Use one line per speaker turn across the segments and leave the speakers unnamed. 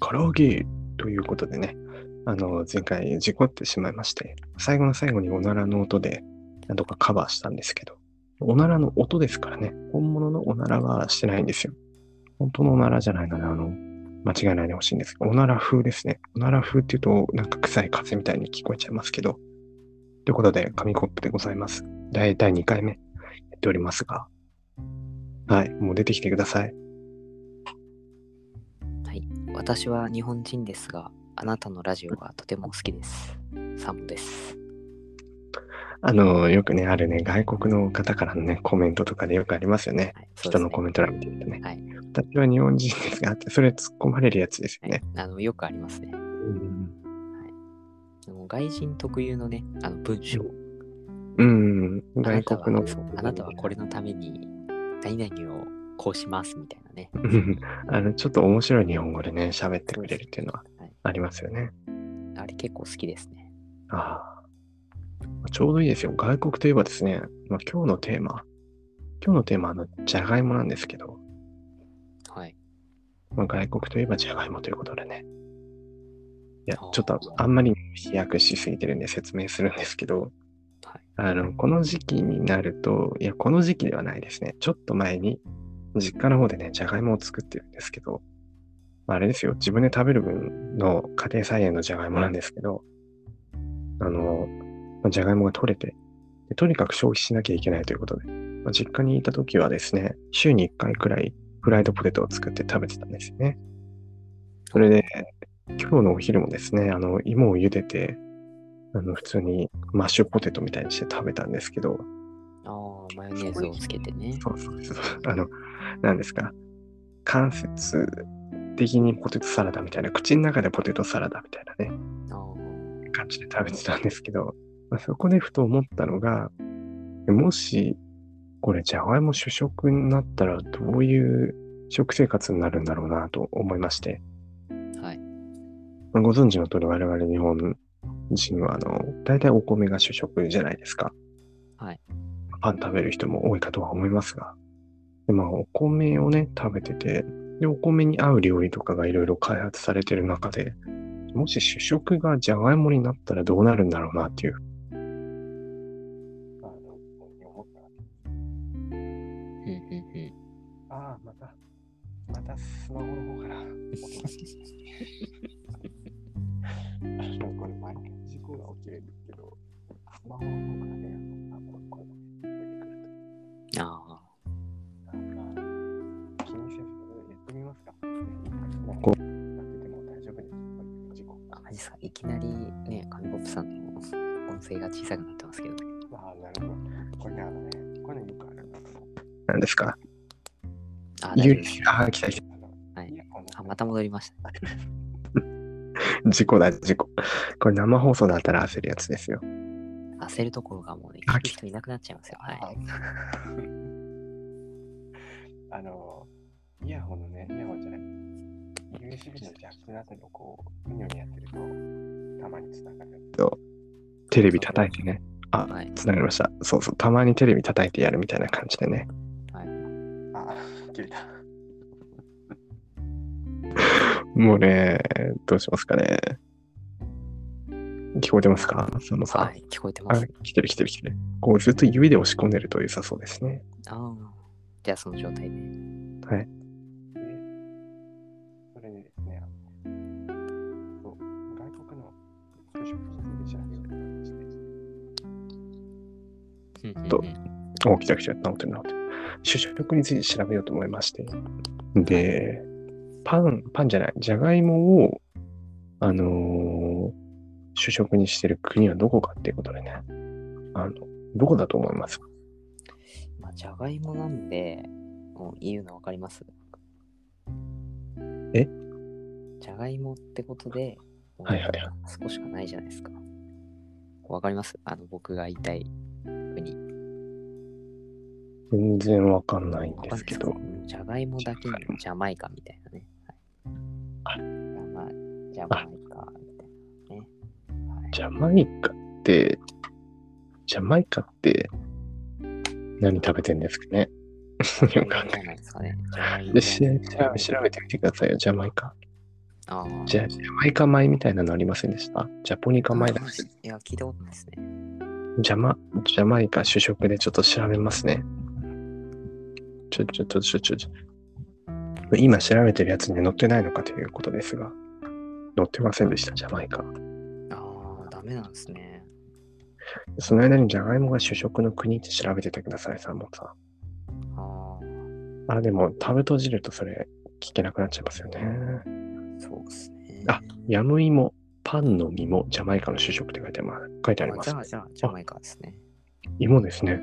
カラオケということでね、あの、前回事故ってしまいまして、最後の最後におならの音で、なんとかカバーしたんですけど、おならの音ですからね、本物のおならはしてないんですよ。本当のおならじゃないので、あの、間違えないでほしいんですけど、おなら風ですね。おなら風っていうと、なんか臭い風みたいに聞こえちゃいますけど、ということで、紙コップでございます。第第2回目やっておりますが、はい、もう出てきてください。
はい。私は日本人ですが、あなたのラジオがとても好きです。サモです。
あの、よくね、あるね、外国の方からのね、コメントとかでよくありますよね。
はい、そう
人
ですね
のコメント欄見てるとね。
はい
私は日本人ですがって、それ突っ込まれるやつですよ
は
ね
い。、あのよくありますね。
うん
でも外人特有のね、あの文章。
うん、
あな
外
たは
国の。
そうあなたはこれのために、何々をこうしますみたいなね。
うんあの、ちょっと面白い日本語でね、喋ってくれるっていうのは
はい、
ありますよね。
あれ結構好きですね。
ああ。ちょうどいいですよ。外国といえばですね、まあ、今日のテーマ、今日のテーマはあの、じゃがいもなんですけど、
はい。
まあ、外国といえばじゃがいもということでね。いや、ち
あ
ょ
ー
っとあんまり飛躍しすぎてるんで説明するんですけど、
はい
あの、この時期になると、いや、この時期ではないですね。ちょっと前に、実家の方でね、じゃがいもを作ってるんですけど、まあ、あれですよ、自分で食べる分の家庭菜園のじゃがいもなんですけど、あの、まあじゃがいもが取れてでとにかく消費しなきゃいけないということで、まあ、実家にいた時はですね、週に1回くらいフライドポテトを作って食べてたんですよね。それで、今日のお昼もですね、あの、芋を茹でて、あの、普通にマッシュポテトみたいにして食べたんですけど、
ああ、マヨネーズをつけてね。
そうそう そう、あの、なんですか、間接的にポテトサラダみたいな、口の中でポテトサラダみたいなね、
あー
感じで食べてたんですけど、まあ、そこでふと思ったのが、もし、これ、じゃがいも主食になったら、どういう食生活になるんだろうなと思いまして、
はい。
まあご存知の通り、我々日本人は、あの、大体お米が主食じゃないですか。
はい。
パン食べる人も多いかとは思いますが、でまあ、お米をね、食べてて、で、お米に合う料理とかがいろいろ開発されてる中で、もし主食がじゃがいもになったらどうなるんだろうなっていう。
うんうんうん。
ああ、また、またスマホの方から。これ毎回事故が起きるんですけど、スマホの方からね、あこれこれ出てくる
ああ。
なんか気にせずやってみますか。こうなってても大丈夫です。こういう事故。
あマジっすかいきなりね、紙コップさんの音声が小さくなってますけど。
ああ、なるほど。これね、あのね、これね、よくあるんです何ですか
あ、大丈
ゆ
夫
う
です。
あ、来た来た。
はいあ、また戻りました。
事故だ、事故。これ生放送だったら焦るやつですよ。
焦るところがもうね、
あ
聞く人いなくなっちゃいますよ。はい。
はい あの、イヤホンのね、イヤホンじゃない、USB のジャックのあたりをこう、うにょうにやってると、たまにつながる。テレビ叩いてね。あ、
はい。
つながりました。そうそう、たまにテレビ叩いてやるみたいな感じでね。
はい。
あ、切れた。もうね、どうしますかね。聞こえてますか佐野さん。
はい、聞こえてま
あ
す。、
来てる来てる来てる。こうずっと指で押し込んでると良さそうですね。
ああ。じゃあ、その状態で。
はい。
で、それでですね、あのそう外国の就職先で調べようと思いまして、
うんうん
と
うん
お、来た来た、治ってる治ってる。主食について調べようと思いまして。で、パン、パンじゃない、じゃがいもを、あのー主食にしてる国はどこかっていうことでね。あの、どこだと思います
まあ、じゃがいもなんで、もう言うの分かります
え
じゃがいもってことで、もう
はいはいは
少しかないじゃないですか。わかりますあの、僕が言いたい国。
全然わかんないん
わかんない
ですけど。
じゃがいもだけにジャマイカみたいなね。はい、ジャマイカみたいなね。はい、
ジャマイカって、ジャマイカって、何食べてんですかね よくわかんない
じゃないですかね。ジャマイカ
で、し調べ調べてみてくださいよ、ジャマイカ。
ああ。
じゃあ、ジャマイカ米みたいなのありませんでしたジャポニカ米だ。
いや、聞いたことないですね。
ジャマ、ジャマイカ主食でちょっと調べますね。ちょ、ちょ、ちょ、ちょ、ちょ、ちょ。今調べてるやつには載ってないのかということですが、載ってませんでした、ジャマイカ。
ああ、ダメなんですね。
その間にジャガイモが主食の国って調べててください、サーモンさん。
ああ、
あ、でも、タブとじるとそれ聞けなくなっちゃいますよね。
そうですね。
あ、ヤムイモ、パンの実もジャマイカの主食って書いてます。書いてありま
じ
す
ゃ。あ、じゃあ、ジャマイカですね。
芋ですね。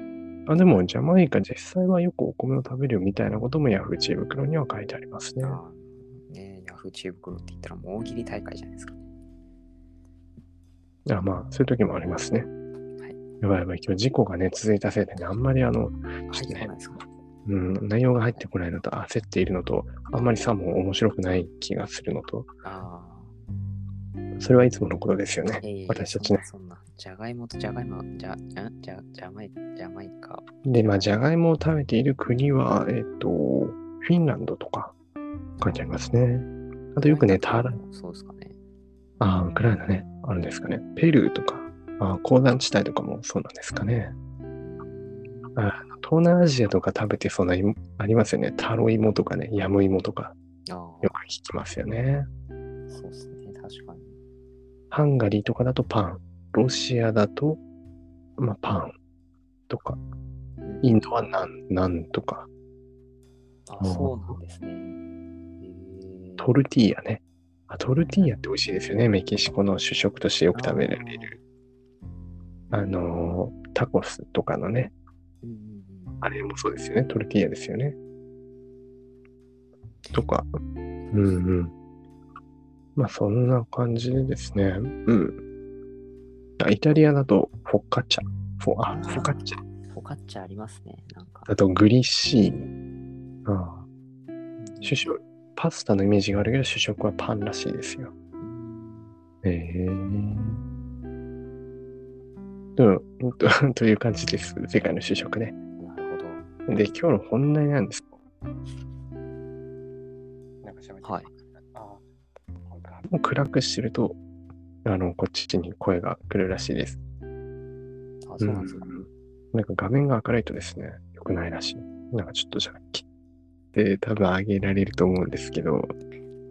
あ、でも、ジャマイカ実際はよくお米を食べるよみたいなこともヤフー知恵袋には書いてありますね
あ。あねヤフー知恵袋って言ったらもう大喜利大会じゃな いですか。
あまあ、そういう時もありますね。
い
やばいやばい、今日事故がね、続いたせいでね、あんまりあの、
入ってこないですか。
うん、内容が入ってこないのと、焦っているのと、あんまりさも面白くない気がするのと、
ああ。
それはいつものことですよね。
いやいや
私たちね。
そんな、そんなじゃがいもとじゃがいも、じゃ、じゃ、じゃ、じゃまい、じゃまいか。
で、まあ、じゃがいもを食べている国は、えっと、フィンランドとか書いてありますね。あとよくね、ターラ、
そうですかね。
ああ、ウクライナね、あるんですかね。ペルーとか、ああ鉱山地帯とかもそうなんですかね。東南アジアとか食べてそうな芋、ありますよね。タロイモとかね、ヤムイモとか、
ああ、
よく聞きますよね。
そうですね、確かに。
ハンガリーとかだとパン、ロシアだと、まあ、パンとか、インドはナン、ナンとか、
あ、そうなんですね。え
トルティーヤね。あ、トルティーヤって美味しいですよね。メキシコの主食としてよく食べられる。あのータコスとかのね、
うんうんうん
あれもそうですよね。トルティーヤですよね。とか。うんうん。まあそんな感じでですね。うん。あイタリアだとフォッカッチャ。フォあ
あー
フォカッチャ。
フォカッチャありますね、なんか。
だとグリッシーニ。ああ主食、パスタのイメージがあるけど主食はパンらしいですよ。
うん
へえうん と、という感じです。世界の主食ね。
なるほ
で、今日の本題なんです。
なんか喋って
ど。はい。。
ああ、これか。
もう暗くしてると、あの、こっちに声が来るらしいです。
あ、そうなんですか。
うんなんか画面が明るいとですね、良くないらしい。なんかちょっとじゃあ、切って多分上げられると思うんですけど、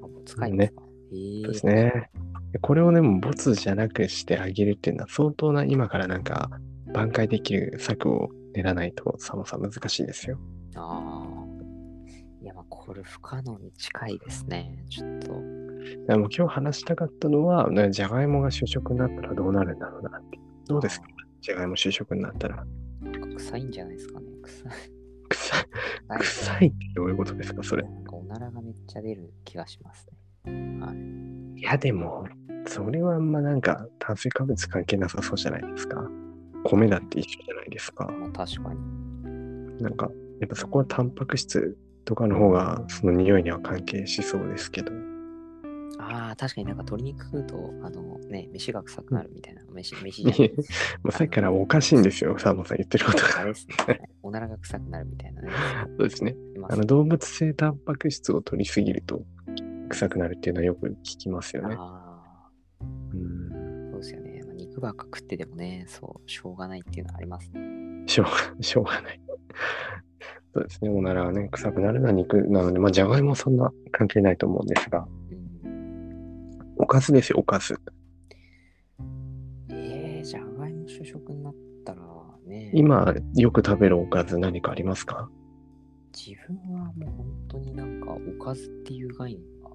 あ、もう使いますか。ええ。
そうです。ね。でこれをね、もうボツじゃなくしてあげるっていうのは相当な今からなんか挽回できる策を練らないとさもさ難しいですよ。
ああ。いや、まあ、これ不可能に近いですね、ちょっと。
でも今日話したかったのは、ねじゃがいもが主食になったらどうなるんだろうなって。どうですかじゃがいも主食になったら。
なんか臭いんじゃないですかね。臭い。
臭い、
ない
臭いってどういうことですかそれ。
なんかおならがめっちゃ出る気がしますね。はい。
いやでも、それはあんまなんか炭水化物関係なさそうじゃないですか。米だって一緒じゃないですか。
まあ確かに。
なんか、やっぱそこはタンパク質とかの方がその匂いには関係しそうですけど。
ああ、確かになんか鶏肉食うと、あのね、飯が臭くなるみたいな。飯、飯じゃない
もうさっきからおかしいんですよ、サーモンさん言ってること
あ
が。
れですね。はいおならが臭くなるみ たいなね。
そうですね。
いま
あ
す
の動物性タンパク質を取りすぎると臭くなるっていうのはよく聞きますよね。
あ
うん
あ、そうですよね。まあ、肉ばっか食ってでもね、そう、しょうがないっていうのはありますね。
しょうが、 しょうがない。そうですね、おならはね、臭くなるのは肉なので、まあ、じゃがいもはそんな関係ないと思うんですが、
うん。
おかずですよ、おかず。
ええじゃがいも主食になったらね、
今、よく食べるおかず何かありますか
自分はもう本当になんかおかずっていう概念が、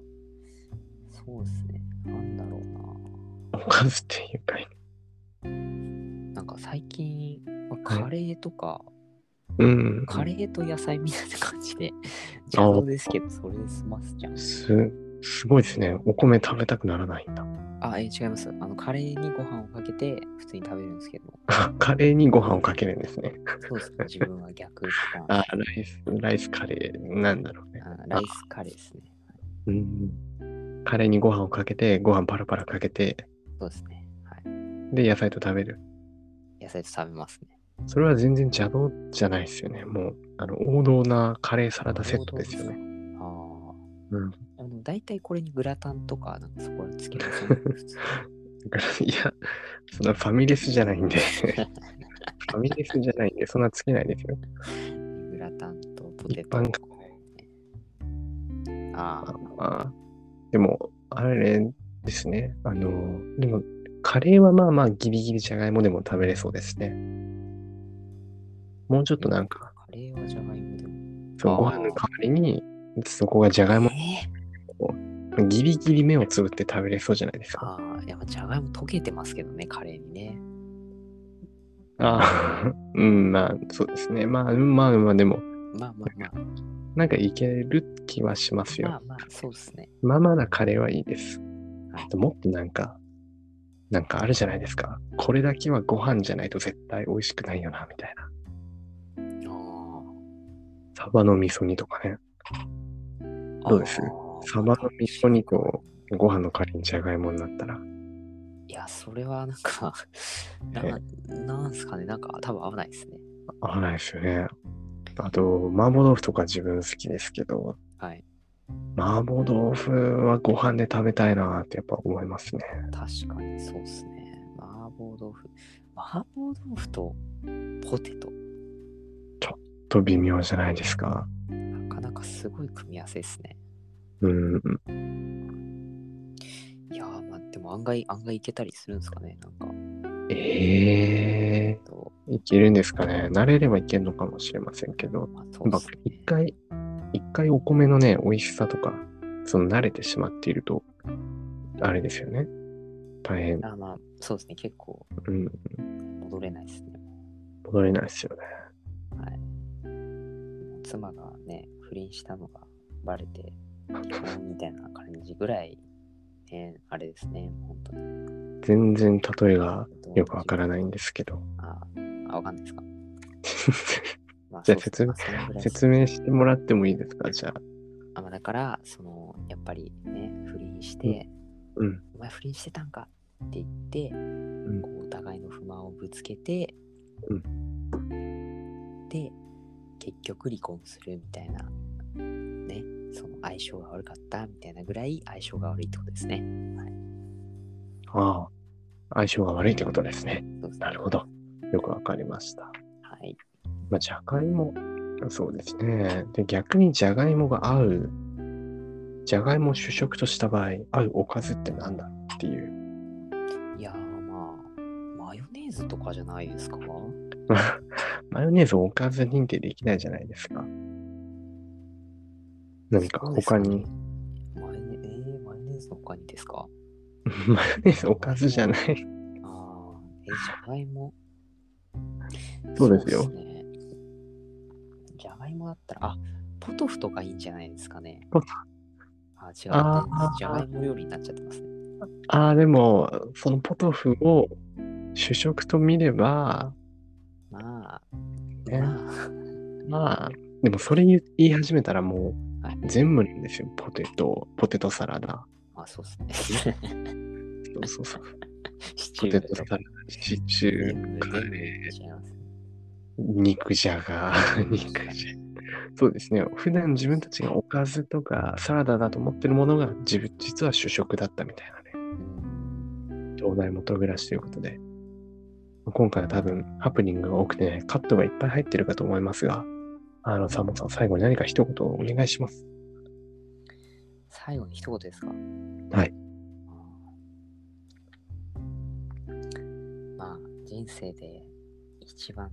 そうですね。なんだろうな。
おかずっていうか、
なんか最近は
はい
カレーとか、
うん。
カレーと野菜みたいな感 じで、邪道ですけど、それで済ますじゃん。
す、すごいですね。お米食べたくならないんだ。
あ、え、違います。あの、カレーにご飯をかけて、普通に食べるんですけど、
カレーにご飯をかけるんですね。
そうですね、自分は逆とか、
あ、ライス、ライスカレーなんだろうね。
あライスカレーですね。
うん。カレーにご飯をかけて、ご飯パラパラかけて、
そうですね。はい。
で、野菜と食べる。
野菜と食べますね。
それは全然邪道じゃないですよね。もう、あの、王道なカレーサラダセットですよね。
ああー、
うん
あの大体これにグラタンとか、なんかそこらつけますよね普 通
だからいや、そんなファミレスじゃない んで。ファミレスじゃないんで、そんなつけないですよ。
にグラタンとポテ
一
ト
般。
ああ、
まあ、でも、あれですね。あの、でも、カレーはまあまあギリギリじゃがいもでも食べれそうですね。もうちょっとなんか、
カレーはじゃがいもでも。
そう
あー
ご飯の代わりに、そこがじゃがいも、
えー
ギリギリ目をつぶって食べれそうじゃないですか。
ああ、いや、まあじゃがいも溶けてますけどね、カレーにね。
ああ、 うん、まあ、そうですね。まあ、うんまあ、まあ、でも、
まあまあまあ、
なんかいける気はしますよ
ま。あまあ、そうですね。
まあまだカレーはいいです
はい。
もっとなんか、なんかあるじゃないですか。これだけはご飯じゃないと絶対美味しくないよな、みたいな。
あ
サバの味噌煮とかね。
あ。
どうです
あー
サバの味噌煮とご飯の代わりにじゃがいもになったら。
いや、それはなんか な、なんすかね、なんか多分合わないですね。
合わないですよね。あと、麻婆豆腐とか自分好きですけど、
はい。
麻婆豆腐はご飯で食べたいなってやっぱ思いますね。
確かにそうっすね。麻婆豆腐。麻婆豆腐とポテト。
と微妙じゃないですか。
なかなかすごい組み合わせですね。
うん。
いやー、まあ、でも案外、案外いけたりするんですかね、なんか。
ええ
と
いけるんですかね。慣れればいけるのかもしれませんけど。
まあ、そう
や
で
っ
す
ぱ
ね。
一回、一回お米のね、美味しさとか、その慣れてしまっていると、あれですよね。大変、
あまあ、そうですね、結構
うん、
戻れないですね。
戻れないですよね。
はい。妻がね、不倫したのがバレて、みたいな感じぐらい、ね、あれですね、本当に。
全然例えがよくわからないんですけど、
ああ、わかんないで すか。まあ、
じゃあ
そう
説明
まそのぐらいです
説明してもらってもいいですかじゃあ。
あまあだから、その、やっぱりね、不倫して、
うんうん
お前不倫してたんかって言って、
ん
こうお互いの不満をぶつけて、
う
で、結局離婚するみたいな、ね、その相性が悪かったみたいなぐらい相性が悪いってことですね。
ああ、相性が悪いってことですね。
そうですね
なるほど。よくわかりました。
はい。
まあ、じゃがいも、そうですね。で、逆にじゃがいもが合う、じゃがいもを主食とした場合、合うおかずって何だっていう。
いやーまあ、マヨネーズとかじゃないですか
マヨネーズをおかず認定できないじゃないですか。何か
そうです
他に、
マヨネえー、マヨネーズの他にですか
マヨネーズおかずじゃない。
ああ、え、じゃがいも。
そうですよ
そうっねじゃがいもだったら、あ、ポトフとかいいんじゃないですかね。
ポト
あ、違う。じ
あー
ゃがいも料理になっちゃってますね。
ああ、でも、そのポトフを主食と見れば、
まあ、
ね
ま
まあ、でもそれ言い始めたらも
あ、はい、
う全部なんですよ。ポテト、ポテトサラダ。
まあそうですね。
そうそうそう。
シチ
ポ
ュ
テ
ー
トサ
と
ラ
か
ダ、シチュ
全
ー、
部、
カ
全部
レー、
違いますね。
肉じゃが、肉じゃが。そうですね。普段自分たちがおかずとかサラダだと思ってるものが自分実は主食だったみたいなね。
うん
東大元暮らしということで、今回は多分ハプニングが多くて、ね、カットがいっぱい入ってるかと思いますが、あの、サンボさん、最後に何か一言お願いします。
最後に一言ですか
はい。
まあ、人生で一番